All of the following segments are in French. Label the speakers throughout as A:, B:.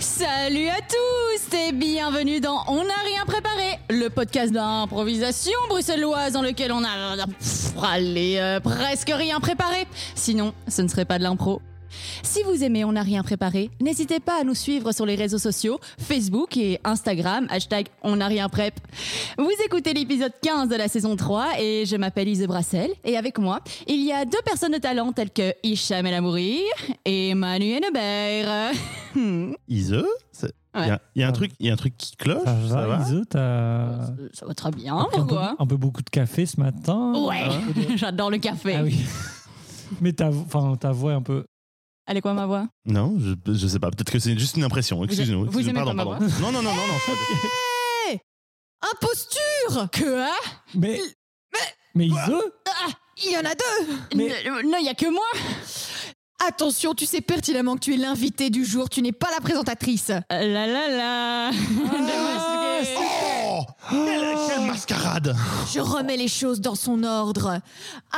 A: Salut à tous et bienvenue dans On n'a rien préparé, le podcast d'improvisation bruxelloise dans lequel on a pff, allez, euh, presque rien préparé. Sinon, ce ne serait pas de l'impro. Si vous aimez On n'a rien préparé, n'hésitez pas à nous suivre sur les réseaux sociaux, Facebook et Instagram, hashtag On n'a rien prep. Vous écoutez l'épisode 15 de la saison 3 et je m'appelle Ise Brassel et avec moi, il y a deux personnes de talent telles que Hicham El Amoury et Manu Hmm. Hennebert.
B: Ise Il y a, il y a un truc, il y a un truc qui cloche, ça, va
C: Iso, t'as
A: Ça- Ça va très bien,
C: un, peu,
A: pourquoi
C: un peu beaucoup de café ce matin.
A: Ouais,
C: Ah,
A: j'adore le café.
C: ah oui. Mais ta, vo- enfin, ta voix est un peu.
A: Elle est quoi ma voix
B: Non, je, je sais pas. Peut-être que c'est juste une impression. Excusez-nous.
A: vous
B: excusez-nous,
A: aimez
B: pardon,
A: pas ma
B: pardon. Non, non, non, non, non. c'est
A: Imposture Que hein
C: Mais. Mais Iso
D: Il y en a deux
C: Mais-
A: N- euh, Non, il y a que moi
D: Attention, tu sais pertinemment que tu es l'invité du jour, tu n'es pas la présentatrice.
A: Euh, La la la Démasqué.
B: pas- Oh quelle, quelle mascarade
D: Je remets les choses dans son ordre.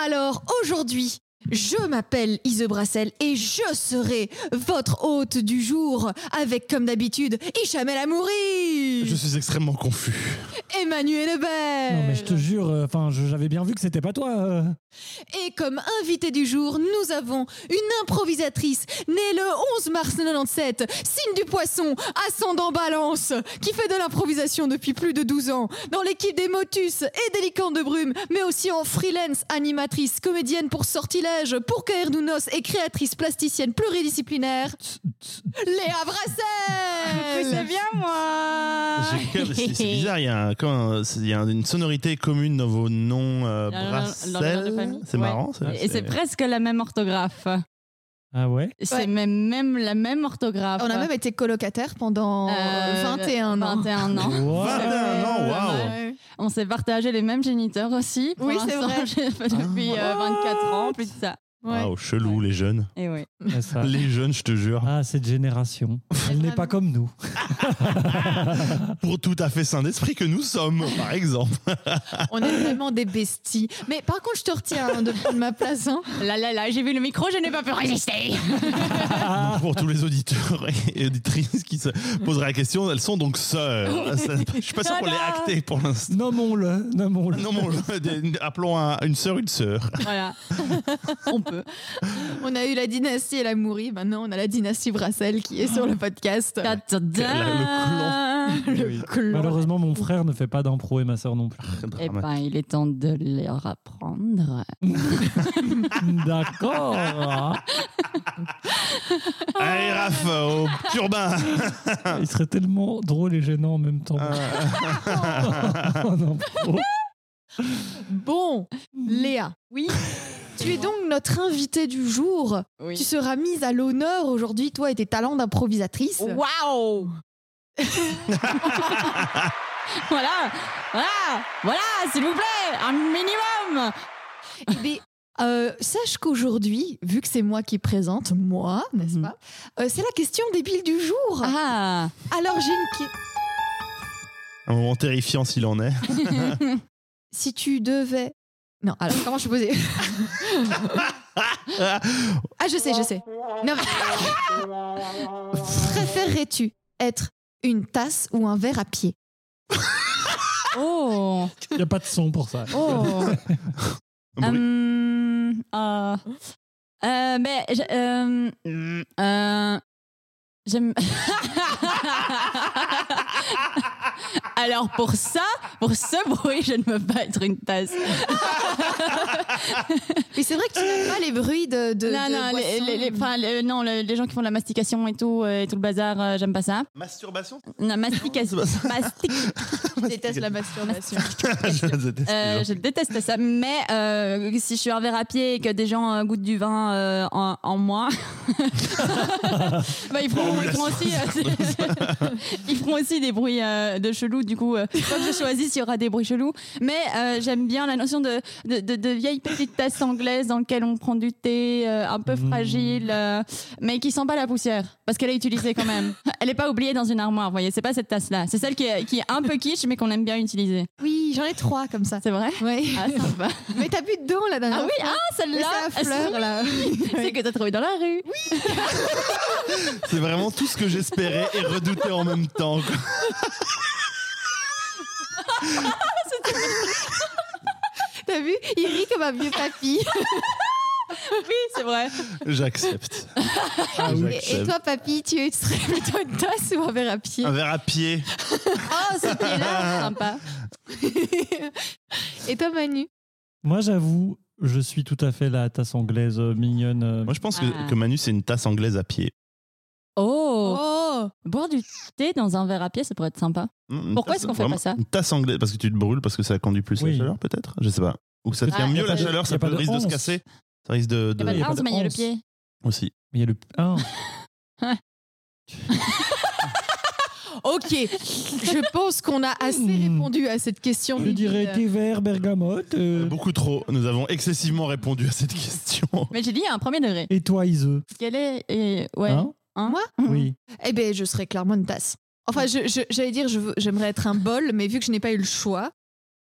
D: Alors aujourd'hui, je m'appelle Ise Brassel et je serai votre hôte du jour avec, comme d'habitude, Ishamel Amouri
B: Je suis extrêmement confus.
D: Emmanuel Lebert
C: Non, mais je te jure, euh, enfin, je- j'avais bien vu que c'était pas toi. euh.
D: Et comme invité du jour, nous avons une improvisatrice née le 11 mars 97, signe du poisson, ascendant balance, qui fait de l'improvisation depuis plus de 12 ans, dans l'équipe des Motus et des Licornes de Brume, mais aussi en freelance, animatrice, comédienne pour Sortilège, pour Caerdounos et créatrice plasticienne pluridisciplinaire, Léa Brassel
A: C'est bien moi
B: J'ai que- C'est c'est bizarre, il y, a un- quand un- c'est- il y a une sonorité commune dans vos noms euh,
A: Dans le- dans le- dans le nom de
B: Brassel.
A: famille.
B: C'est
A: Ouais.
B: marrant. ça,
A: Et c'est presque la même orthographe.
C: Ah ouais
A: C'est
D: Ouais.
A: même, même la même orthographe.
D: On a même été colocataires pendant
A: Euh,
D: 21 ans.
A: 21 ans.
C: Wow.
B: 21 ans,
A: Ouais,
B: waouh.
A: ouais. On s'est partagé les mêmes géniteurs aussi. Pour
D: Oui, c'est
A: l'instant,
D: vrai.
A: j'ai- Depuis euh, 24 ans, plus de ça.
D: Ouais.
B: Waouh, chelou, les jeunes.
A: Et oui.
C: Ah, ça-
B: Les jeunes, je te jure.
C: Ah, cette génération. Elle n'est pas comme nous.
B: Pour tout à fait sain d'esprit que nous sommes, par exemple.
D: On est vraiment des besties. Mais par contre, je te retiens hein, de prendre ma place. hein.
A: Là, là, là, j'ai vu le micro, je n'ai pas pu résister.
B: Donc, pour tous les auditeurs et auditrices qui se poseraient la question, elles sont donc sœurs. Ça- Je suis pas sûr qu'on les
A: Tada
B: acté pour l'instant.
C: Nommons-le. Nommons-le.
B: Non, non, des- appelons un- une sœur une sœur.
A: Voilà. On peut.
D: On a eu la dynastie et la mourie. Maintenant, on a la dynastie Brassel qui est sur le podcast.
A: Ta- ta- ta.
C: Oui. Malheureusement, mon frère ne fait pas d'impro et ma sœur non plus.
A: Eh
B: Ah,
A: ben, il est temps de leur apprendre.
C: D'accord.
B: Allez, Raph, au turbin
C: Il serait tellement drôle et gênant en même temps.
B: Ah.
C: En impro.
D: Bon, Léa.
A: Oui.
D: Tu es donc notre invitée du jour.
A: Oui.
D: Tu seras mise à l'honneur aujourd'hui, toi et tes talents
A: Oh,
D: d'improvisatrice.
A: Waouh Voilà Voilà Voilà, s'il vous plaît Un minimum
D: Eh bien, euh, sache qu'aujourd'hui, vu que c'est moi qui présente, moi, n'est-ce
A: Mhm.
D: pas euh, C'est la question débile du jour.
A: Ah
D: Alors, j'ai une question.
B: Un moment terrifiant s'il en est.
D: Si tu devais. Non, alors, comment je suis posée Ah, je sais, je sais. Non, mais- Préférerais-tu être une tasse ou un verre à pied
A: Oh
C: Il n'y a pas de son pour ça.
A: Oh
B: Un bruit.
A: Hum, ah. Euh, mais je- euh, hum, euh, j'aime. Alors pour ça, pour ce bruit, je ne peux pas être une tasse.
D: Mais c'est vrai que tu n'aimes pas les bruits de. de
A: non,
D: de
A: non, les,
D: boissons.
A: les- les- enfin, les- non, les, les gens qui font de la mastication et tout, euh, et tout le bazar, euh, j'aime pas ça.
B: Masturbation
A: La mastication.
B: Non, c'est
A: mastic-
D: Je déteste la masturbation.
B: Je déteste les hein.
A: euh,
B: gens.
A: je déteste ça, mais euh, si je suis un verre à pied et que des gens euh, goûtent du vin euh, en, en moi, bah, ils, feront, ils feront aussi, euh, ils feront aussi des bruits euh, de chelou. Du coup, euh, comme je choisis s'il y aura des bruits chelous, mais euh, j'aime bien la notion de, de, de- de vieille petite tasse anglaise dans laquelle on prend du thé euh, un peu
C: Mmh.
A: fragile, euh, mais qui sent pas la poussière parce qu'elle est utilisée quand même. Elle n'est pas oubliée dans une armoire, vous voyez. C'est pas cette tasse là, c'est celle qui est, qui est un peu quiche mais qu'on aime bien utiliser.
D: Oui, oui, j'en ai trois comme ça.
A: C'est vrai
D: Oui.
A: Ah, sympa.
D: Mais t'as plus dedans là
A: Ah
D: dernière
A: oui, ah,
D: Mais
A: celle-là
D: c'est à fleur là.
A: C'est que t'as trouvé dans la rue. Oui.
B: C'est vraiment tout ce que j'espérais et redoutais en même temps. quoi.
D: T'as vu Il rit comme un vieux papy.
A: c'est vrai.
B: J'accepte.
C: Ah
D: Et, Ah et
B: J'accepte.
D: toi, papy, tu tu serais plutôt une tasse ou un verre à pied
C: Ah.
B: Un verre à pied.
A: Oh, c'était là, sympa.
D: Et toi, Manu
C: Moi, j'avoue, je suis tout à fait la tasse anglaise euh, mignonne. euh,
B: Moi, je pense
A: Ah.
B: que, que Manu, c'est une tasse anglaise à pied.
A: Oh.
D: Oh
A: boire du thé dans un verre à pied, ça pourrait être sympa.
B: Mm, Une
A: Pourquoi
B: tasse-
A: est-ce qu'on fait
B: vraiment,
A: pas ça
B: Une tasse anglaise, parce que tu te brûles, parce que ça conduit plus la
C: Oui.
B: chaleur, peut-être Je sais pas. Ou que ça
C: Ah,
B: tient
A: y a
B: mieux
A: pas
B: la
A: de-
B: chaleur,
C: y
B: ça
C: a pas
B: peut-
C: de
B: risque de se
C: anse.
B: casser. Ça risque de.
A: Y'a
B: de-
A: pas de
C: y a pas
A: hanse,
C: de
A: mais y'a le
C: hanse.
A: pied.
B: Aussi.
C: Mais il y a le. Ah,
D: Ok, je pense qu'on a assez
C: Hmm.
D: répondu à cette question.
C: je
D: Bibi.
C: dirais thé vert, bergamote. euh,
B: Beaucoup trop. Nous avons excessivement répondu à cette question.
A: Mais j'ai dit un premier degré.
C: Et toi, Iseux
A: Quelle est. et- Ouais.
C: Hein
D: Moi
C: Oui.
D: Eh ben, je serais clairement une tasse. Enfin, je- je- j'allais dire, je veux- j'aimerais être un bol, mais vu que je n'ai pas eu le choix,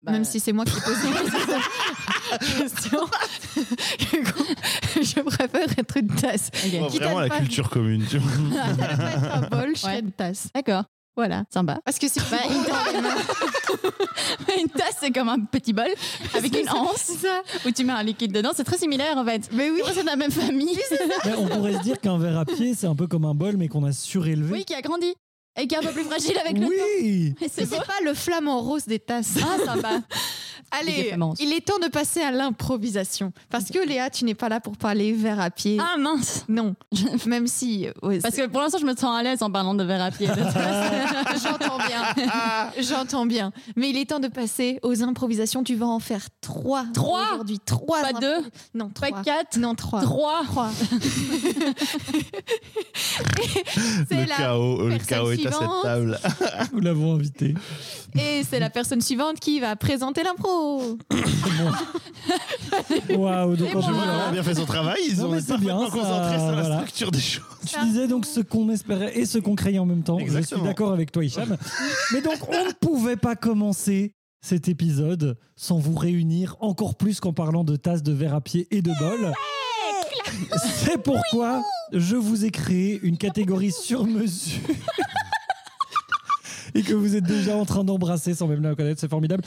A: Bah,
D: même si c'est moi qui ai posé la question, je préfère être une tasse.
A: ok.
B: Oh,
D: Quitte à
B: vraiment
D: ne
B: la
D: pas-
B: culture commune. Tu vois.
D: Je préfère être un bol, je
A: Ouais.
D: serais une tasse.
A: D'accord,
D: Voilà.
A: sympa.
D: Parce que c'est
A: Bah, une Une tasse, c'est comme un petit bol avec une anse
D: C'est ça.
A: où tu mets un liquide dedans. C'est très similaire en fait.
D: Mais oui.
A: Oh, C'est de la même famille.
C: Mais on pourrait se dire qu'un verre à pied, c'est un peu comme un bol, mais qu'on a surélevé.
A: Oui, qui a grandi et qui est un peu plus fragile avec le temps.
C: Oui
A: Mais
D: Mais
A: c'est beau.
D: C'est pas le flamant rose des tasses.
A: Ah, sympa. Des
D: Allez,
A: flamands.
D: il est temps de passer à l'improvisation. Parce que Léa, tu n'es pas là pour parler vers à pied.
A: Ah mince.
D: Non, même si. ouais,
A: Parce que pour l'instant, je me sens à l'aise en parlant de verre à pied. Euh,
D: J'entends bien. J'entends bien. Mais il est temps de passer aux improvisations. Tu vas en faire trois.
A: Trois
D: Aujourd'hui, trois.
A: Pas
D: impro-
A: deux,
D: Non,
A: pas
D: trois.
A: quatre,
D: Non, trois.
A: trois.
D: C'est
B: Le
D: la...
B: chaos, euh, le
D: personne
B: chaos est à cette
D: suivante.
B: table.
C: Nous l'avons invité.
D: Et c'est la personne suivante qui va présenter l'impro.
C: Waouh donc
A: Et moi.
B: Je
C: en
B: vois
C: général,
B: qu'on a bien fait son travail. Ils
C: Non,
B: ont
C: mais
B: été
C: c'est bien,
B: parfaitement
C: ça,
B: concentrés sur la
C: voilà.
B: structure des choses.
C: Tu disais donc ce qu'on espérait et ce qu'on craignait en même temps. Je
B: Exactement.
C: suis d'accord avec toi, Hicham. Mais donc, on ne pouvait pas commencer cet épisode sans vous réunir, encore plus qu'en parlant de tasses, de verre à pied et de bol. C'est pourquoi je vous ai créé une catégorie sur mesure. Et que vous êtes déjà en train d'embrasser sans même la connaître, c'est formidable.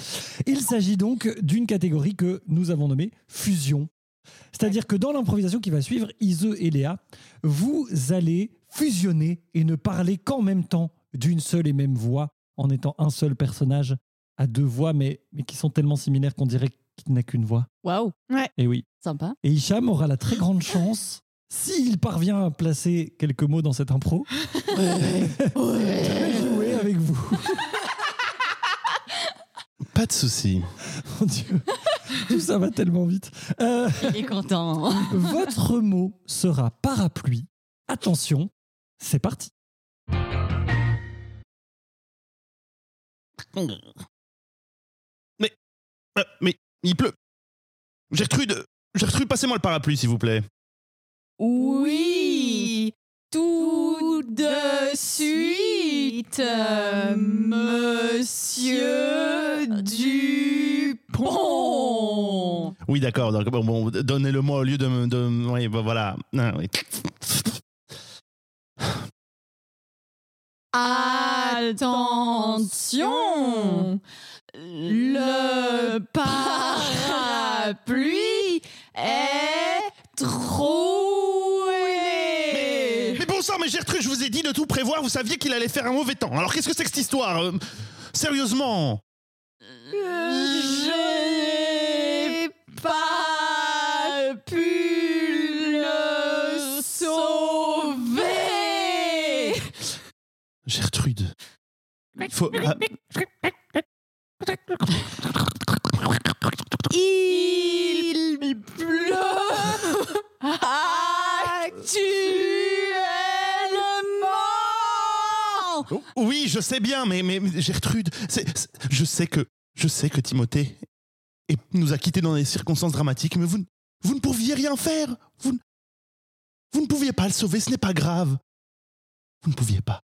C: Il s'agit donc d'une catégorie que nous avons nommée fusion. C'est-à-dire que dans l'improvisation qui va suivre, Ise et Léa vous allez fusionner et ne parler qu'en même temps d'une seule et même voix, en étant un seul personnage à deux voix, mais, mais qui sont tellement similaires qu'on dirait qu'il n'a qu'une voix.
A: Waouh,
C: Et oui.
A: sympa.
C: Et Hicham aura la très grande chance, s'il parvient à placer quelques mots dans cette impro, de jouer avec vous.
B: Pas de souci.
C: Mon Dieu. Tout ça va tellement vite. Euh,
A: Il est content.
C: Votre mot sera parapluie. Attention, c'est parti.
B: Euh, mais il pleut. Gertrude, Gertrude, passez-moi le parapluie, s'il vous plaît.
A: tout de suite, Monsieur Dupont.
B: Oui, d'accord. donc, Bon, bon, donnez-le-moi au lieu de me. de- oui, bah, voilà. Ah, oui.
A: Attention, le parapluie est troué.
B: Mais bon sang, mais Gertrude, je vous ai dit de tout prévoir. Vous saviez qu'il allait faire un mauvais temps. Alors qu'est-ce que c'est que cette histoire euh, Sérieusement
A: Je n'ai pas pu le sauver.
B: Gertrude. Il faut. ah,
A: Il pleut actuellement.
B: oh, oui, je sais bien, mais, mais mais Gertrude, c'est- c'est- je sais que. Je sais que Timothée est- nous a quittés dans des circonstances dramatiques, mais vous, ne- vous ne pouviez rien faire. Vous, ne- vous ne pouviez pas le sauver, ce n'est pas grave. Vous ne pouviez pas.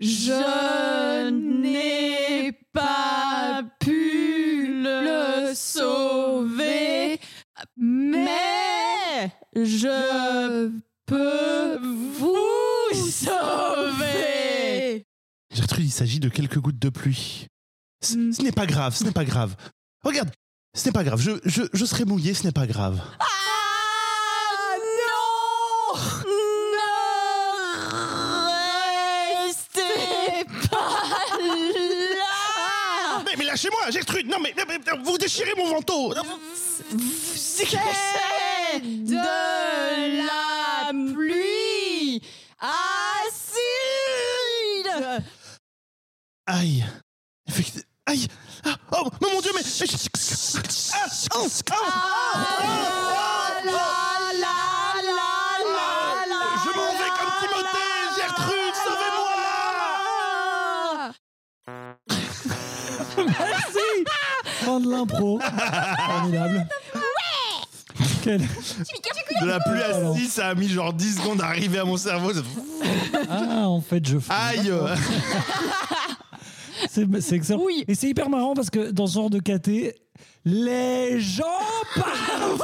A: Je n'ai Je peux vous sauver.
B: Gertrude, il s'agit de quelques gouttes de pluie. Ce,
D: Mm.
B: ce n'est pas grave, ce n'est pas grave. Regarde, ce n'est pas grave. Je, je, je serai mouillé, ce n'est pas grave.
A: Ah non Ne restez pas là
B: Mais, mais lâchez-moi, Gertrude Non, mais, mais- mais vous déchirez mon manteau
A: C'est de la pluie acide
B: Aïe Effecti- Aïe Ah, Oh, mais mon Dieu, mais... mais je- Ah, oh, ah,
A: La, la, la, la, la,
B: Je m'en vais comme Timothée Gertrude, sauvez-moi
A: la.
C: Fin de l'impro. Formidable. Quel-
B: De la pluie
C: Pardon.
B: à 6, ça a mis genre 10 secondes à arriver à mon cerveau. Ah,
C: Ah, en fait, je fais.
B: Aïe
C: C'est c'est excellent.
A: Oui.
C: Et c'est hyper marrant parce que dans ce genre de KT, les gens parlent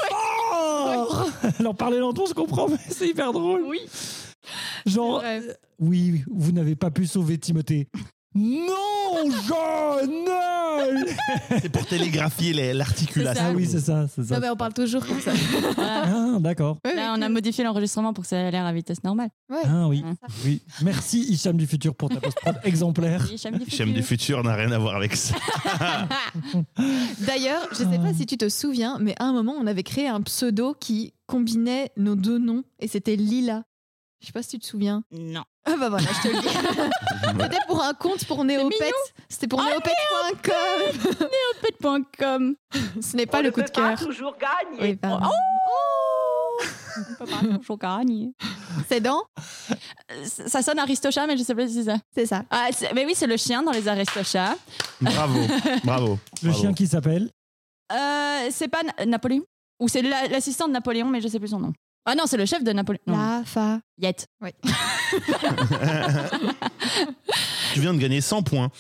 C: fort Alors, parler lentement, je comprends, mais c'est hyper drôle.
A: Oui.
D: Oh.
C: Genre, oui, vous n'avez pas pu sauver Timothée. Non, John non
B: C'est pour télégraphier les- l'articulation.
A: C'est
C: Ah oui, c'est ça, c'est ça.
D: Non, mais on parle toujours comme ça.
C: Ah, d'accord.
A: Là, on a modifié l'enregistrement pour que ça ait l'air à vitesse normale.
C: Ah oui,
B: Hein.
C: oui. Merci Hicham du futur pour ta post exemplaire.
B: J'aime du futur n'a rien à voir avec ça.
D: D'ailleurs, je sais pas si tu te souviens, mais à un moment, on avait créé un pseudo qui combinait nos deux noms et c'était Lila. Je sais pas si tu te souviens.
A: Non.
D: Ah bah voilà, je te le dis. Ah, C'était pour un compte pour Néopet.
A: mignon.
D: C'était pour Néopet.com.
A: Pet.com.
D: Ce n'est pas Oh, le oh. coup de cœur. Eh ben
E: toujours gagner.
D: Oui, pardon.
A: Oh On peut pas toujours gagner.
D: C'est dans
A: Ça sonne Aristocha, mais je sais pas si c'est ça.
D: C'est ça.
A: Ah, c'est- mais oui, c'est le chien dans les Aristochats.
B: Bravo, bravo.
C: Le
B: bravo.
C: chien qui s'appelle.
A: Euh, c'est pas Na- Napoléon Ou c'est la- l'assistant de Napoléon, mais je sais plus son nom. Ah non, c'est le chef de Napoléon. Non,
D: La fa.
A: Yet.
B: Tu viens de gagner 100 points.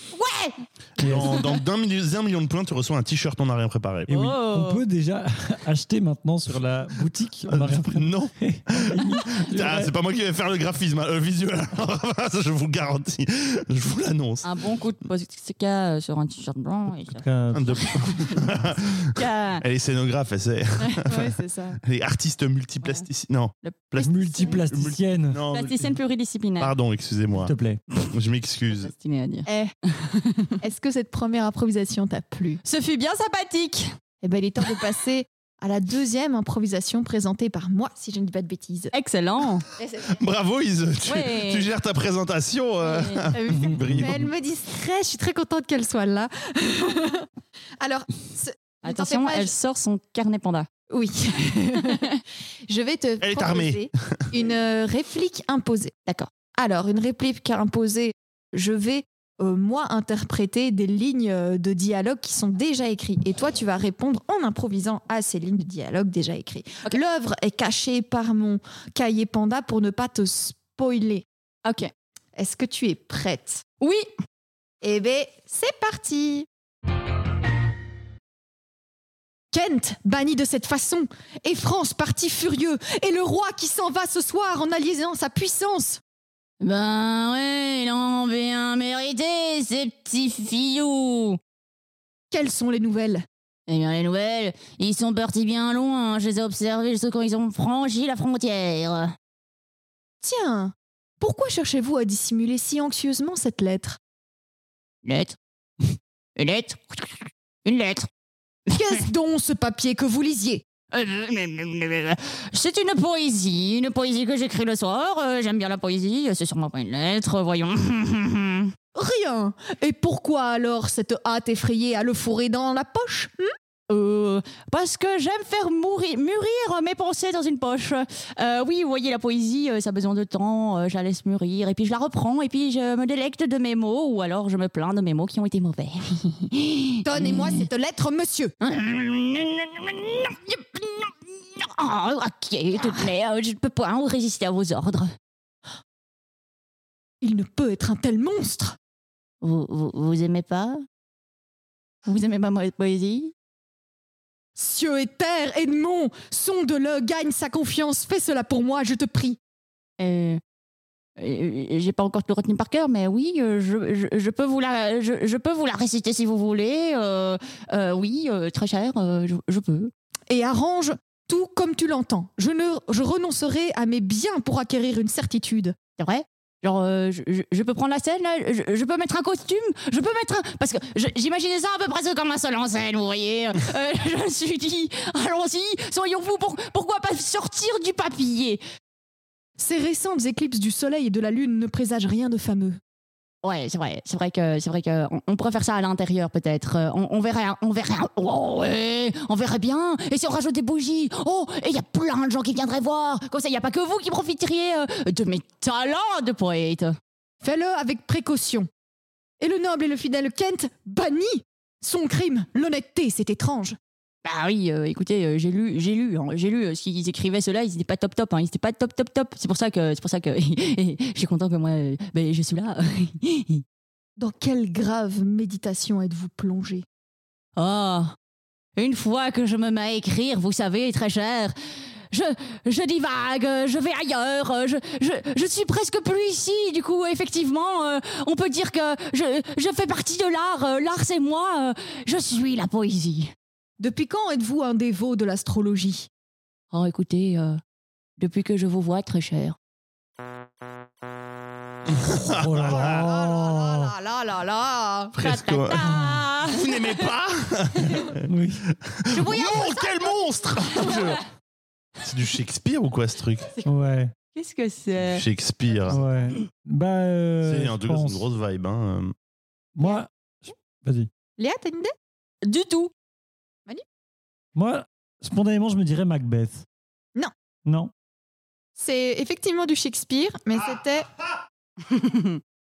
C: qui est-
B: Dans, dans d'un milli- un million de points, tu reçois un t-shirt On n'a rien préparé.
C: Et Eh oui,
A: Oh.
C: on peut déjà acheter maintenant sur la boutique. On a rien pris.
B: Non, Ah,
C: Ouais.
B: c'est pas moi qui vais faire le graphisme, hein, le visuel. Ça, je vous le garantis. Je vous l'annonce.
A: Un bon coup de posca sur un t-shirt blanc. Et
C: Euh,
B: Un, deux.
A: ça.
B: Elle est scénographe, elle, sait.
D: Ouais, c'est ça.
B: elle est artiste multiplasticiste. Non,
C: Multiplasticienne,
B: non.
A: Plasticienne pluridisciplinaire.
B: Pardon, excusez-moi.
C: s'il te plaît.
B: Je m'excuse.
A: Destinée à dire.
D: Eh, Est-ce que cette première improvisation t'a plu
A: Ce fut bien sympathique.
D: Eh ben, il est temps de passer à la deuxième improvisation présentée par moi, si je ne dis pas de bêtises.
A: Excellent.
B: Bravo, Ise. Tu,
A: Ouais.
B: tu gères ta présentation. euh,
A: Et-
D: T'as vu
B: brillant.
D: Mais elle me distrait, je suis très contente qu'elle soit là. Alors, ce- Ne t'en fais
A: Attention,
D: pas, je-
A: elle sort son carnet panda.
D: oui, je vais te
B: Elle est armée.
D: proposer une euh, réplique imposée. D'accord. Alors, une réplique imposée, je vais, euh, moi, interpréter des lignes euh, de dialogue qui sont déjà écrites. Et toi, tu vas répondre en improvisant à ces lignes de dialogue déjà écrites.
A: Ok.
D: L'œuvre est cachée par mon cahier panda pour ne pas te spoiler.
A: Ok.
D: Est-ce que tu es prête
A: Oui,
D: Eh bien, c'est parti Kent, banni de cette façon, et France parti furieux, et le roi qui s'en va ce soir en alliant sa puissance.
A: Ben ouais, il en bien mérité, ces petits filous.
D: Quelles sont les nouvelles
A: Eh bien, les nouvelles, ils sont partis bien loin. Je les ai observés jusqu'à quand ils ont franchi la frontière.
D: Tiens, pourquoi cherchez-vous à dissimuler si anxieusement cette lettre
A: Une lettre. Une lettre. Une lettre.
D: Qu'est-ce donc ce papier que vous lisiez
A: C'est une poésie, une poésie que j'écris le soir. Euh, J'aime bien la poésie, c'est sûrement pas une lettre, voyons.
D: Rien Et pourquoi alors cette hâte effrayée à le fourrer dans la poche hmm
A: Euh, parce que j'aime faire mourir, mûrir mes pensées dans une poche. Euh, oui, vous voyez, la poésie, euh, ça a besoin de temps, euh, je la laisse mûrir, et puis je la reprends, et puis je me délecte de mes mots, ou alors je me plains de mes mots qui ont été mauvais.
D: Donnez-moi cette lettre, monsieur Hein
A: Ah, ok, il te plaît, euh, je ne peux point résister à vos ordres.
D: Il ne peut être un tel monstre
A: Vous, vous, vous aimez pas Vous aimez pas ma poésie
D: Cieux et terre, Edmond, sonde-le, gagne sa confiance, fais cela pour moi, je te prie.
A: Euh, euh, J'ai pas encore tout retenu par cœur, mais oui, euh, je, je, je peux vous la, je, je peux vous la réciter si vous voulez. Euh, euh, oui, euh, très cher, euh, je, je peux.
D: et arrange tout comme tu l'entends. Je, ne, je renoncerai à mes biens pour acquérir une certitude.
A: C'est vrai Genre, euh, je, je- je peux prendre la scène, là je, je peux mettre un costume Je peux mettre un... Parce que je- j'imaginais ça à peu près comme un seul en scène, vous voyez. Euh, je me suis dit, allons-y, soyons fous, pour- pourquoi pas sortir du papillier
D: Ces récentes éclipses du soleil et de la lune ne présagent rien de fameux.
A: Ouais, c'est vrai, c'est vrai que c'est vrai que on, on pourrait faire ça à l'intérieur peut-être. Euh, On, on verrait, un- on verrait, un- oh, ouais, on verrait bien. Et si on rajoute des bougies, oh, et il y a plein de gens qui viendraient voir. Comme ça, il n'y a pas que vous qui profiteriez euh, de mes talents de poète.
D: Fais-le avec précaution. Et le noble et le fidèle Kent banni son crime, l'honnêteté, c'est étrange.
A: Bah oui, euh, écoutez, euh, j'ai lu, j'ai lu, hein, j'ai lu euh, ce qu'ils écrivaient ceux-là, ils étaient pas top top, hein, ils étaient pas top top top. C'est pour ça que, c'est pour ça que, je suis content que moi, euh, ben, je suis là.
D: Dans quelle grave méditation êtes-vous plongé
A: Oh, une fois que je me mets à écrire, vous savez, très cher, je, je divague, euh, je vais ailleurs, euh, je, je, je suis presque plus ici. Du coup, effectivement, euh, on peut dire que je, je fais partie de l'art. euh, l'art, c'est moi. euh, je suis la poésie.
D: Depuis quand êtes-vous un dévot de l'astrologie
A: Oh, écoutez, euh, depuis que je vous vois, très cher.
C: Oh là là.
D: là là là là
B: Presque.
A: Ta-ta-ta
B: Vous n'aimez pas
C: Oui.
A: Je voyage
B: Non,
C: Oh,
B: quel monstre C'est du Shakespeare ou quoi ce truc
C: Ouais.
A: Qu'est-ce que c'est
B: Shakespeare.
C: Ouais. Bah. euh,
B: C'est
C: je
B: en tout cas, c'est
C: pense.
B: une grosse vibe. Hein.
C: Moi. je- Vas-y.
D: Léa, t'as une idée
A: Du tout.
C: Moi, spontanément, je me dirais Macbeth.
D: Non.
C: Non.
D: C'est effectivement du Shakespeare, mais c'était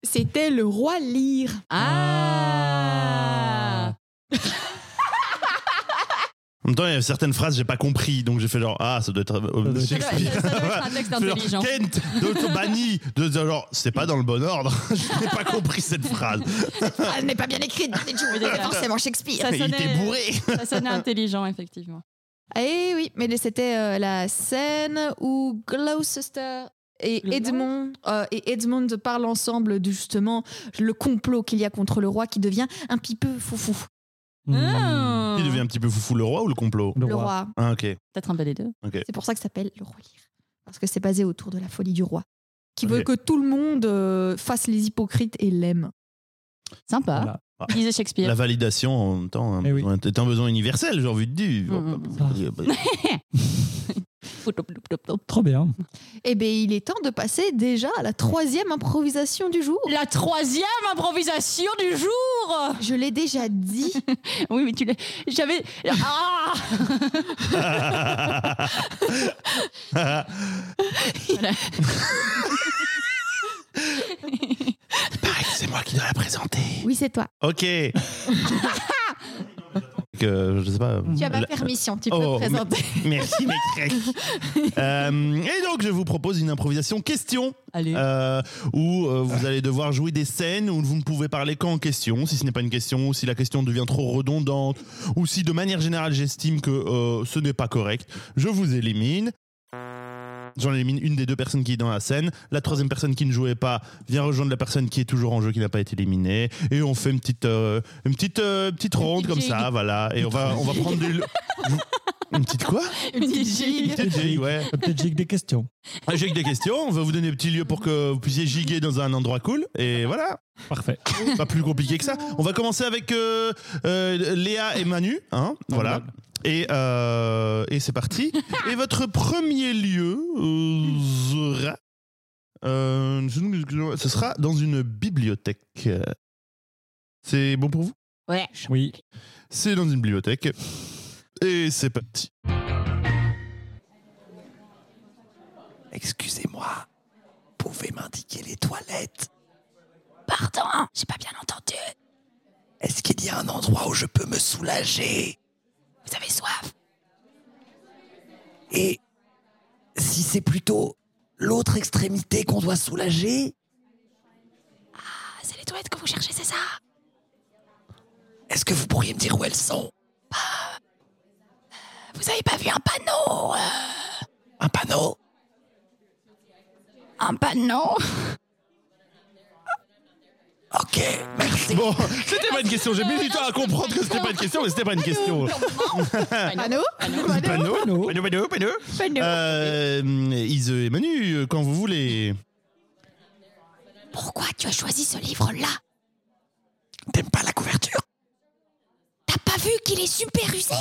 D: c'était le roi Lear.
A: ah
B: En même temps, il y a certaines phrases, j'ai pas compris, donc j'ai fait genre Ah, ça doit être euh,
A: Ça
C: Ça doit être-
A: doit
B: Shakespeare.
A: ça doit être un texte
B: Genre,
A: intelligent.
B: Kent, de banni, de de- genre, c'est pas dans le bon ordre. Je n'ai pas compris cette phrase.
D: Ah, Elle n'est pas bien écrite, forcément Shakespeare.
A: Ça
B: Il était
A: sonnait- euh,
B: bourré.
A: Ça sonnait intelligent, effectivement.
D: Eh oui, mais c'était euh, la scène où Gloucester et
A: Le
D: Edmond euh, et Edmond parlent ensemble de justement le complot qu'il y a contre le roi qui devient un petit peu foufou.
C: Hmm.
A: Ah.
B: Mmh. Il devient un petit peu foufou, le roi ou le complot
D: Le roi,
B: Ah, ok.
A: Peut-être un peu des deux.
D: c'est pour ça que ça s'appelle le roi Lear, parce que c'est basé autour de la folie du roi, qui veut
B: Ok.
D: que tout le monde euh, fasse les hypocrites et l'aime.
A: Sympa.
C: Voilà.
A: Disait Shakespeare.
B: Bah,
A: Mm,
B: La validation en même temps
C: Eh oui.
B: est un besoin universel, j'ai envie de dire.
A: Mm,
C: Ah, Trop bien.
D: Eh bien, il est temps de passer déjà à la troisième improvisation du jour.
A: La troisième improvisation du jour
D: Je l'ai déjà dit.
A: Oui, mais tu l'as... J'avais... Ah
B: Pareil, c'est moi qui dois la présenter.
D: Oui, c'est toi.
B: Ok. que, je sais pas.
D: Tu as ma
B: La-
D: permission, tu peux
B: Oh,
D: me présenter.
B: Merci, mes cracks. Euh, et donc, je vous propose une improvisation question
A: Allez.
B: euh, où euh, vous allez devoir jouer des scènes où vous ne pouvez parler qu'en question, si ce n'est pas une question, ou si la question devient trop redondante, ou si de manière générale j'estime que euh, ce n'est pas correct, je vous élimine. J'en élimine une des deux personnes qui est dans la scène. La troisième personne qui ne jouait pas vient rejoindre la personne qui est toujours en jeu, qui n'a pas été éliminée. Et on fait une petite, euh, une petite, euh, petite ronde comme
A: petite
B: ça,
A: gigue.
B: voilà. Et on va, on va prendre des... Une petite quoi
A: Une petite gigue.
B: Petite gigue, ouais.
C: Peut-être j'ai que des questions.
B: Ah, J'ai que des questions, on va vous donner des petits lieux pour que vous puissiez giguer dans un endroit cool. Et voilà,
C: Parfait.
B: pas plus compliqué que ça. On va commencer avec euh, euh, Léa et Manu. Hein, voilà. Et, euh, et c'est parti. Et votre premier lieu euh, sera. euh, ce sera dans une bibliothèque. C'est bon pour vous
A: Ouais.
C: Oui.
B: C'est dans une bibliothèque. Et c'est parti.
E: Excusez-moi, pouvez m'indiquer les toilettes
A: Pardon, j'ai pas bien entendu.
E: Est-ce qu'il y a un endroit où je peux me soulager
A: Vous avez soif
E: Et si c'est plutôt l'autre extrémité qu'on doit soulager,
A: Ah, C'est les toilettes que vous cherchez, c'est ça
E: est-ce que vous pourriez me dire où elles sont
A: Euh, vous avez pas vu un panneau euh,
E: Un panneau
A: Un panneau
E: Ok, merci.
B: Bon, c'était pas une question. J'ai mis du temps à comprendre que c'était pas une question, mais c'était pas une question.
D: Panneau
B: Panneau,
C: Panneau.
B: panneau, panneau, panneau. Euh, Ise et Manu, euh, quand vous voulez.
A: Pourquoi tu as choisi ce livre-là
E: T'aimes pas la couverture
A: T'as pas vu qu'il est super usé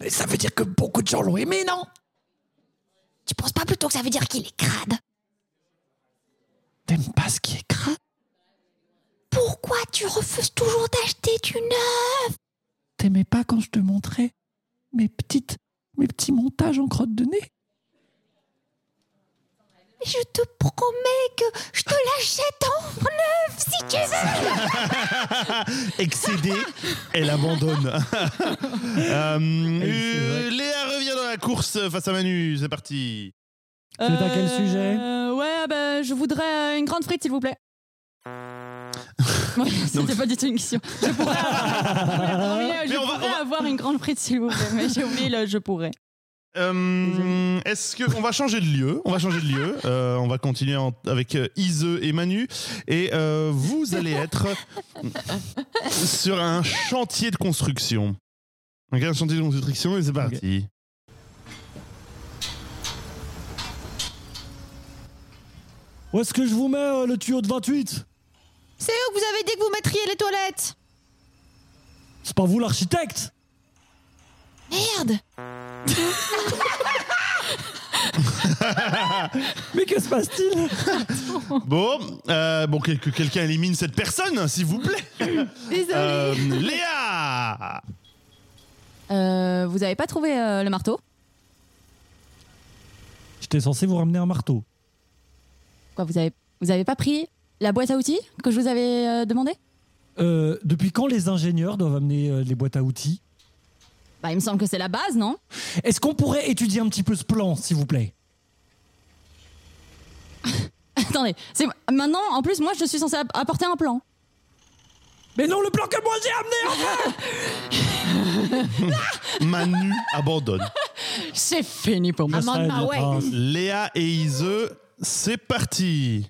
E: Mais ça veut dire que beaucoup de gens l'ont aimé, non
A: Tu penses pas plutôt que ça veut dire qu'il est crade
E: T'aimes pas ce qui est crade
A: Pourquoi tu refuses toujours d'acheter du neuf
E: T'aimais pas quand je te montrais mes petites, mes petits montages en crotte de nez
A: Je te promets que je te l'achète
D: hein.
A: en neuf si tu veux
B: Excédée, elle abandonne. Euh, euh,
C: vrai.
B: Léa revient dans la course face à Manu. C'est parti.
C: C'est à quel sujet
A: Ouais, bah, je voudrais euh, une grande frite, s'il vous plaît. Ouais, c'était pas du tout une question. Je pourrais avoir, Oui, euh, je
B: Mais on va-
A: pourrais
B: on va-
A: avoir une grande frite, s'il vous plaît, mais j'ai oublié le je pourrais.
B: Euh, Est-ce que on va changer de lieu On va changer de lieu. Euh, on va continuer en- avec euh, Ise et Manu. Et euh, vous allez être sur un chantier de construction. Ok, un chantier de construction et c'est parti.
C: Où est-ce que je vous mets euh, le tuyau de 28
D: C'est eux que vous avez dit que vous mettriez les toilettes
C: C'est pas vous l'architecte
D: Merde
C: Mais que se passe-t-il
B: Bon, euh, bon que, que quelqu'un élimine cette personne, s'il vous plaît.
D: Désolé.
B: Euh, Léa
A: Euh, vous avez pas trouvé euh, le marteau
C: J'étais censé vous ramener un marteau.
A: Quoi, vous avez, vous avez pas pris la boîte à outils que je vous avais euh, demandé
C: Euh, depuis quand les ingénieurs doivent amener euh, les boîtes à outils
A: Bah, il me semble que c'est la base, non
C: Est-ce qu'on pourrait étudier un petit peu ce plan, s'il vous plaît
A: Attendez, c'est maintenant, en plus, moi, je suis censée app- apporter un plan.
C: Mais non, le plan que moi j'ai amené
B: Manu abandonne.
A: C'est fini pour moi.
D: Amanda,
C: Ça aide.
D: ouais.
C: Ah,
B: Léa et Ise, c'est parti.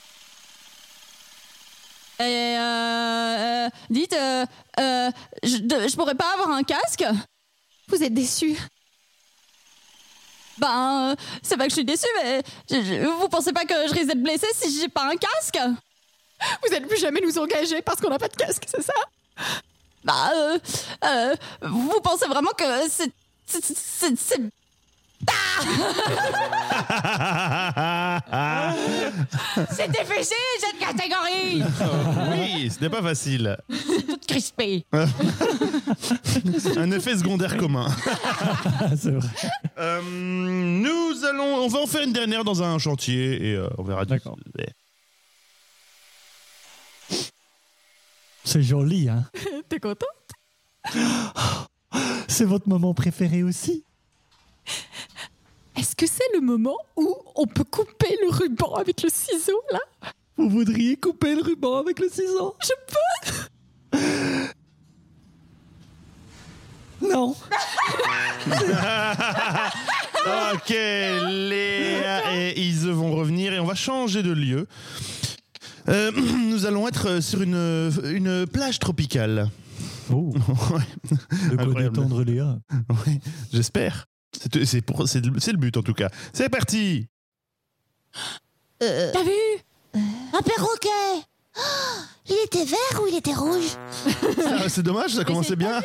A: Et euh, euh, dites, euh, euh, je, de- je pourrais pas avoir un casque
D: Vous êtes déçus.
A: Ben, euh, c'est pas que je suis déçue, mais je- je- vous pensez pas que je risque d'être blessée si j'ai pas un casque
D: Vous n'allez plus jamais nous engager parce qu'on n'a pas de casque, c'est ça
A: Bah, euh, euh, vous pensez vraiment que c'est. c'est- c'est- c'est- C'était fessé, cette catégorie
B: oui, ce n'est pas facile.
A: Toute crispée
B: Un effet secondaire commun.
C: ah, c'est vrai.
B: Euh, nous allons, on va en faire une dernière dans un chantier et euh, on verra.
C: D'accord. C'est joli, hein
D: T'es content
C: C'est votre moment préféré aussi
D: Est-ce que c'est le moment où on peut couper le ruban avec le ciseau, là
C: Vous voudriez couper le ruban avec le ciseau Je peux Non
B: Ah, Ok, Léa et Ise vont revenir et on va changer de lieu. Euh, nous allons être sur une, une plage tropicale.
C: Oh,
B: Ouais.
C: de quoi
B: Incroyable.
C: détendre Léa
B: Oui, j'espère. C'est c'est pour- c'est le c'est le but en tout cas. C'est parti
D: Euh.
A: T'as vu
F: Un perroquet Ah, Il était vert ou il était rouge
B: Ah, C'est dommage, ça commençait
A: c'est
B: bien.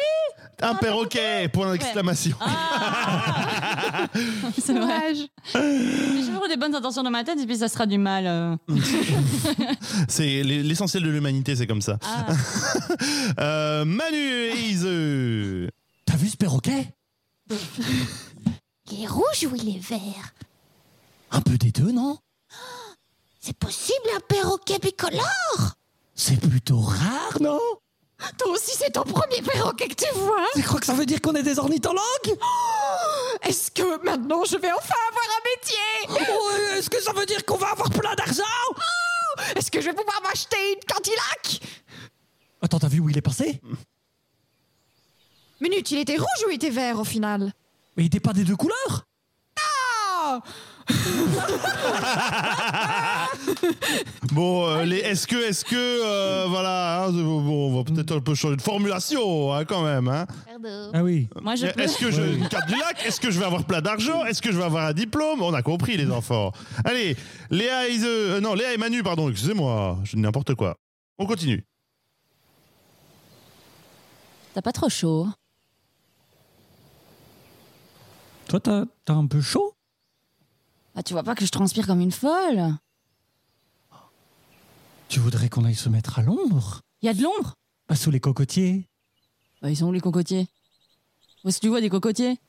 B: Un perroquet Point d'exclamation.
A: Ah. C'est vrai. J'ai toujours des bonnes intentions dans ma tête et puis ça sera du mal. euh.
B: C'est l'e- l'essentiel de l'humanité, c'est comme ça.
A: Ah.
B: Euh, Manu et Ise
C: T'as vu ce perroquet
F: Il est rouge ou il est vert
C: Un peu des deux, non
F: C'est possible un perroquet bicolore
C: C'est plutôt rare, non
D: Toi aussi, c'est ton premier perroquet que tu vois
C: Tu crois que ça veut dire qu'on est des ornithologues
D: Est-ce que maintenant je vais enfin avoir un métier
C: Ouais, Oh, Est-ce que ça veut dire qu'on va avoir plein d'argent
D: Est-ce que je vais pouvoir m'acheter une Cadillac
C: Attends, t'as vu où il est passé
D: Minute, il était rouge ou il était vert au final
C: Mais il était pas des deux couleurs
D: Ah
B: Bon, euh, les est-ce que, est-ce que, euh, voilà, hein, bon, on va peut-être un peu changer de formulation hein, quand même. Hein.
F: Pardon.
C: Ah oui.
A: Moi, je peux.
B: Euh, Est-ce que j'ai
C: Ouais.
B: une carte du lac Est-ce que je vais avoir plein d'argent Est-ce que je vais avoir un diplôme On a compris, les enfants. Allez, Léa et, Ise- euh, non, Léa et Manu, pardon, excusez-moi, je dis n'importe quoi. On continue.
A: T'as pas trop chaud. hein
C: Toi, t'as t'as un peu chaud
A: Ah, tu vois pas que je transpire comme une folle
C: Tu voudrais qu'on aille se mettre à l'ombre
A: Il y a de l'ombre
C: Pas sous les cocotiers
A: Bah, ils sont où les cocotiers Où est-ce que tu vois des cocotiers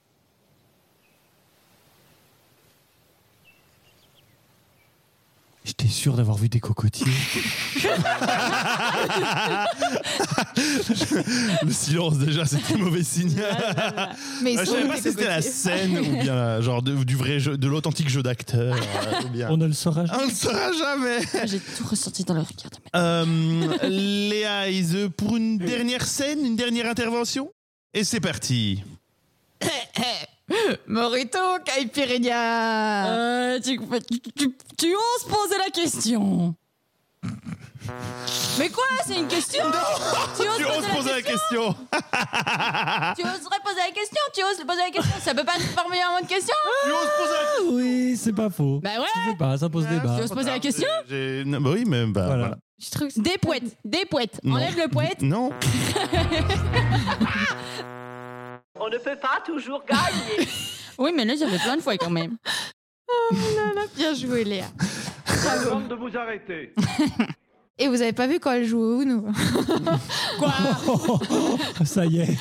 C: J'étais sûr d'avoir vu des cocotiers.
B: Le silence, déjà, c'est un mauvais signe.
D: Mais
B: Euh, Je savais pas si c'était la scène ou bien euh, genre de- du vrai jeu, de l'authentique jeu d'acteur. euh, ou bien-
C: On ne le saura jamais.
B: On ne saura jamais.
A: Ah, J'ai tout ressenti dans le regard de ma...
B: Euh, Léa et Ise, pour une dernière scène, une dernière intervention Et c'est parti.
D: Morito Caipirinha
A: Euh, tu, tu, tu- tu oses poser la question Mais quoi C'est une question Tu oses
B: Tu
A: poser
B: oses
A: la
B: poser la question
A: question Tu oserais poser la question Tu oses poser la question Ça peut pas se formuler en mode question
B: Tu oses poser la question
C: Oui, c'est pas faux.
A: Bah ouais
C: Je sais pas, ça pose débat.
A: Tu oses poser la question
B: J'ai- non, bah Oui, mais bah,
C: Voilà.
B: voilà.
A: Des poètes Des poètes
B: Non.
A: Enlève le poète
B: Non.
G: On ne peut pas toujours gagner.
A: Oui, mais là, j'avais plein de fois quand même.
D: Bien joué, Léa.
G: Ça demande de vous arrêter.
D: Et vous avez pas vu quand elle joue au Uno
A: Quoi
C: ça y est,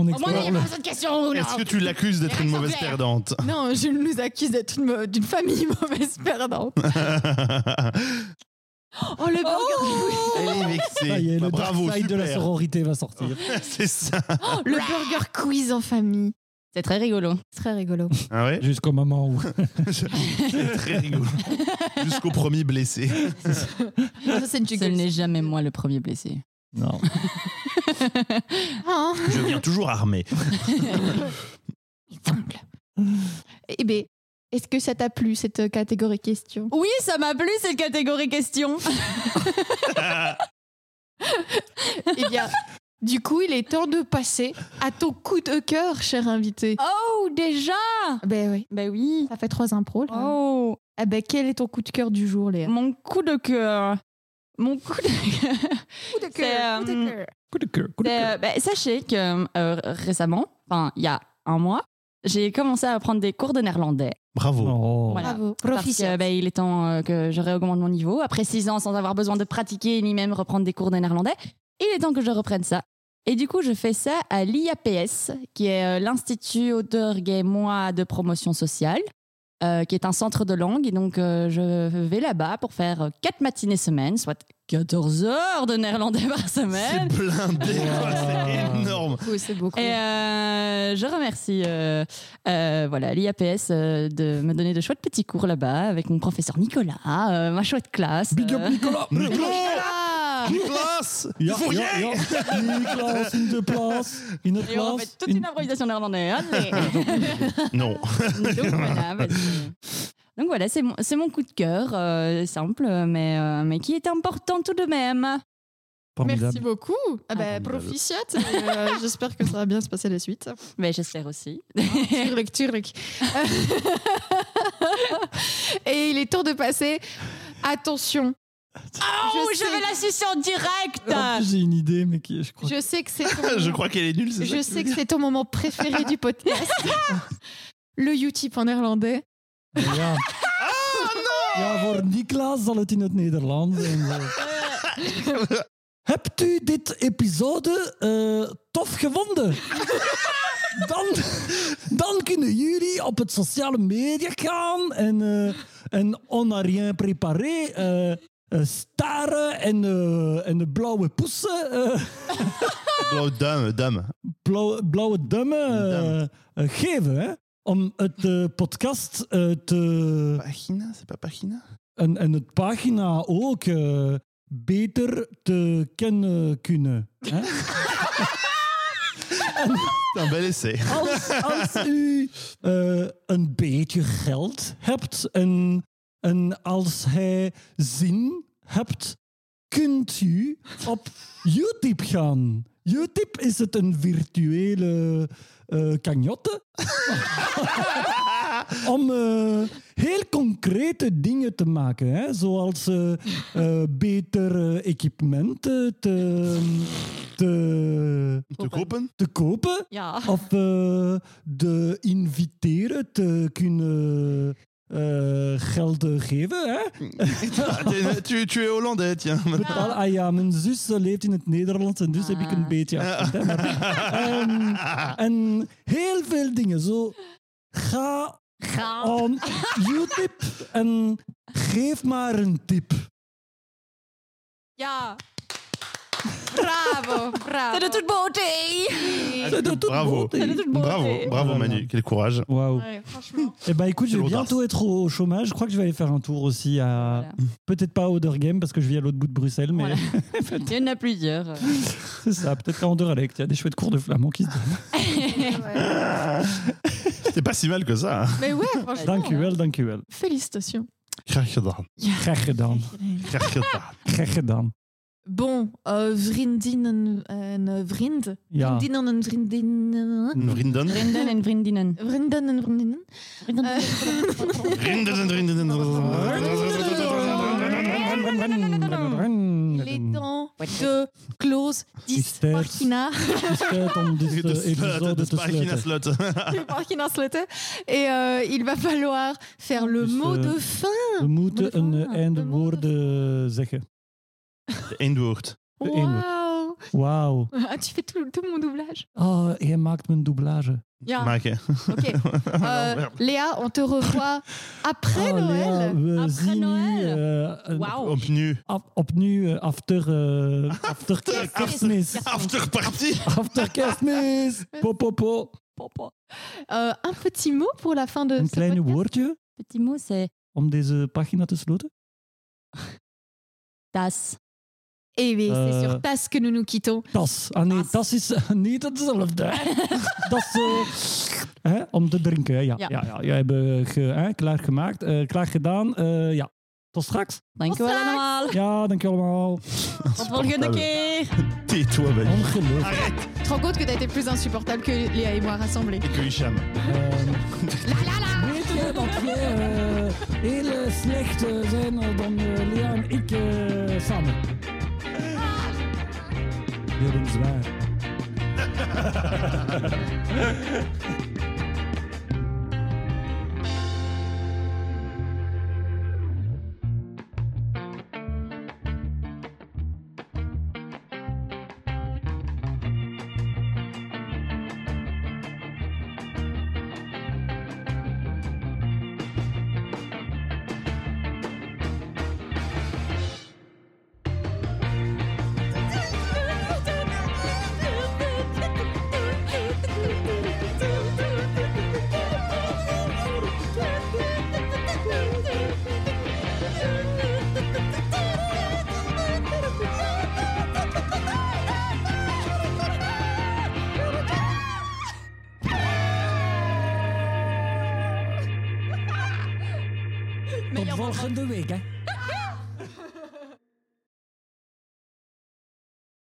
A: Au moins, il n'y
C: explore
A: a
C: le...
A: pas besoin de question ou non
B: Est-ce que tu l'accuses d'être une mauvaise
A: Exemplaire.
B: perdante
D: Non, je nous accuse d'être une mau- d'une famille mauvaise perdante. Oh, le burger Quiz
B: Elle est
C: Ça y
B: vexée.
C: est,
B: Bah,
C: le dark
B: bravo,
C: side de la
B: super.
C: sororité va sortir.
B: C'est ça.
D: Oh, Le burger quiz en famille.
A: C'est très rigolo.
D: C'est Très rigolo.
B: Ah ouais
C: Jusqu'au moment où...
B: C'est très rigolo. Jusqu'au premier blessé.
D: Non, ça, c'est une
A: Ce n'est jamais moi le premier blessé.
C: Non.
D: Ah, hein.
B: Je viens toujours armé.
D: Il tangle. Eh ben, est-ce que ça t'a plu cette euh, catégorie question
A: Oui, ça m'a plu cette catégorie question.
D: Eh bien, du coup, il est temps de passer à ton coup de cœur, cher invité.
A: Oh, déjà
D: Ben oui,
A: Bah oui.
D: ça fait trois impros. Là.
A: Oh,
D: Eh ben, quel est ton coup de cœur du jour, Léa
A: mon coup de cœur. Mon coup de cœur. cœur, coup
D: Coup de
A: de
D: cœur.
C: Coup de cœur, coup de
A: Euh,
C: cœur.
A: bah, sachez que euh, récemment, enfin, il y a un mois, j'ai commencé à prendre des cours de néerlandais.
B: Bravo.
C: Oh.
A: Voilà.
D: Bravo.
A: Parce que, bah, il est temps euh, que je réaugmente mon niveau. Après six ans sans avoir besoin de pratiquer ni même reprendre des cours de néerlandais, il est temps que je reprenne ça. Et du coup, je fais ça à l'IAPS, qui est euh, l'Institut Auteur Gay Moi de Promotion Sociale, euh, qui est un centre de langue. Et donc, euh, je vais là-bas pour faire euh, quatre matinées semaine, soit 14 heures de néerlandais par
B: C'est
A: semaine.
B: blindé, quoi. C'est énorme.
D: Oui, c'est beaucoup.
A: Et euh, je remercie euh, euh, voilà l'IAPS euh, de me donner de chouettes petits cours là-bas avec mon professeur Nicolas, euh, ma chouette classe.
C: Big
A: euh.
C: up Nicolas
B: Nicolas
D: Ah
B: Nicolas Il
C: Yo,
B: faut
C: yo,
B: rien
C: yo. Nicolas, une de place, une autre
A: Et on fait
C: place.
A: toute une improvisation néerlandaise. Allez.
B: Non.
A: Donc voilà, vas-y. Donc voilà, c'est mon, c'est mon coup de cœur, euh, simple, mais, euh, mais qui est important tout de même.
D: Merci
C: Formidable.
D: beaucoup. Ah bah,
B: Formidable.
D: proficiat. Et, euh, J'espère que ça va bien se passer la suite.
A: Mais j'espère aussi.
D: Turluc, turluc. Et il est temps de passer. Attention.
A: Oh, je, Oh,
D: sais-
A: vais la sucer en
C: En plus,
A: direct
C: J'ai une idée, mais qui, je crois
D: Je sais que c'est ton,
B: Je crois qu'elle est nulle, c'est ça que
D: je
B: tu veux
D: sais que
B: dire
D: c'est ton moment préféré du podcast. Le U-tip en néerlandais.
C: Ja. Ja, voor Niklaas zal het in het Nederlands. En, eh. Hebt u dit episode eh, tof gevonden? Dan, dan kunnen jullie op het sociale media gaan en, eh en on a rien préparé. eh, eh, staren en, eh, en de blauwe poesen. eh,
B: Oh, dame, dame.
C: blauwe, blauwe dummen eh, eh, geven, hè? Om het eh, podcast eh, te...
B: Pagina, c'est pas Pagina
C: En, en het pagina ook eh, beter te kennen kunnen. Hè?
B: C'est un bel essai.
A: Oh,
C: Als, als u eh, een beetje geld hebt en, en als hij zin hebt, kunt u op YouTube gaan. YouTube is het een virtuele eh cagnotte om eh, heel concrete dingen te maken. Hè? Zoals eh, eh, beter eh, equipmenten te, te,
B: Te kopen
C: te kopen.
A: Ja.
C: Of eh, de inviteren te kunnen eh, geld geven. Hè?
B: Ah, t'es- tu, tu es hollandais, tiens.
C: Betaal, ah ja, mijn zus eh, leeft in het Nederlands en dus heb ik een
A: Ah.
C: beetje accent. hè, maar- en, en heel veel dingen. Zo, ga
A: Ga.
C: on YouTube en geef maar een tip.
D: Ja. Bravo, bravo.
A: C'est de toute beauté.
C: Dat doet
B: Bravo.
C: goed, hè.
A: de toute beauté.
B: Bravo, bravo Manu, quel courage.
C: Wauw.
A: Ouais, franchement.
C: Eh ben écoute, je vais
B: Quelle
C: bientôt être au au chômage. Je crois que je vais aller faire un tour aussi à.
A: Voilà.
C: Peut-être pas à Odergame parce que je vis à l'autre bout de Bruxelles, mais
A: Voilà. Il y en a plusieurs.
C: c'est ça. Peut-être qu'à Anderlecht, il y a des chouettes cours de flamand qui se donnent.
B: C'est pas si mal que ça. hein.
D: Mais ouais, franchement.
C: Dank u wel, dank u wel.
A: Félicitations.
B: Graag gedaan.
C: Graag gedaan.
B: Graag gedaan.
C: Graag gedaan.
D: Bon, eh, vriendinnen en eh, vriend.
C: Ja.
D: Vriendinnen en vriendinnen.
B: Vrienden.
A: Vrienden en vriendinnen.
D: Vrienden en vriendinnen.
C: Euh,
A: Vrienden.
B: Vrienden en vrienden.
D: Il est temps de close
C: Is
D: this
C: that-
D: pagina.
C: Is het om dit,
B: De
C: eh, episode
B: slut, de
C: te
B: pagina
C: sluiten?
B: slut.
D: Pagina slotte. Et euh, il va falloir faire le
C: Dus,
D: mot
C: eh,
D: de fin.
C: We moeten een eh, einde
D: We moeten-
C: woorden zeggen.
B: Eén woord.
C: de
D: Waouh
C: Wauw.
D: Ah, Tu fais tout, tout mon doublage.
C: Oh, jij maakt mijn doublage.
D: Ja,
B: Maken.
D: ok. Euh,
B: merde.
D: Léa, on te revoit après
C: Oh, Lea,
D: Noël.
C: we
A: Après
C: zien
A: Noël.
C: je, eh,
A: Waouh.
B: Opnieuw.
C: af- opnieuw eh, after, eh, after kerstmis.
B: Afterparty.
C: After kerstmis. Po, po, po.
D: Euh, un petit mot pour la fin de
C: Een
D: ce podcast.
C: klein woordje
A: Petit mot, c'est
C: om deze pagina te sluiten.
A: das.
D: Eh oui,
C: Euh,
D: c'est sur TAS que nous nous quittons.
C: Tas. Ah nee,
A: Tas.
C: tas is niet hetzelfde. dat is eh, hè, om te drinken. hè. Ja,
A: Ja.
C: ja. ja, Jij hebt eh, ge- hè, klaargemaakt, eh, klaar gedaan. Eh, ja, tot straks.
A: Dankjewel
D: Tot straks.
A: allemaal.
C: Ja, dankjewel allemaal.
A: Tot volgende keer.
B: Tais-toi, Manu.
C: Ongelooflijk.
B: Arrête.
D: Tu te rends compte que t'as été plus insupportable que Léa et moi rassemblés.
B: Que Hicham.
C: Eh, weten we Ehm, dat wij eh, heel eh, slecht eh, zijn eh, dan eh, Lea en ik eh, samen? Heel erg zwaar. Tot volgende week, hè.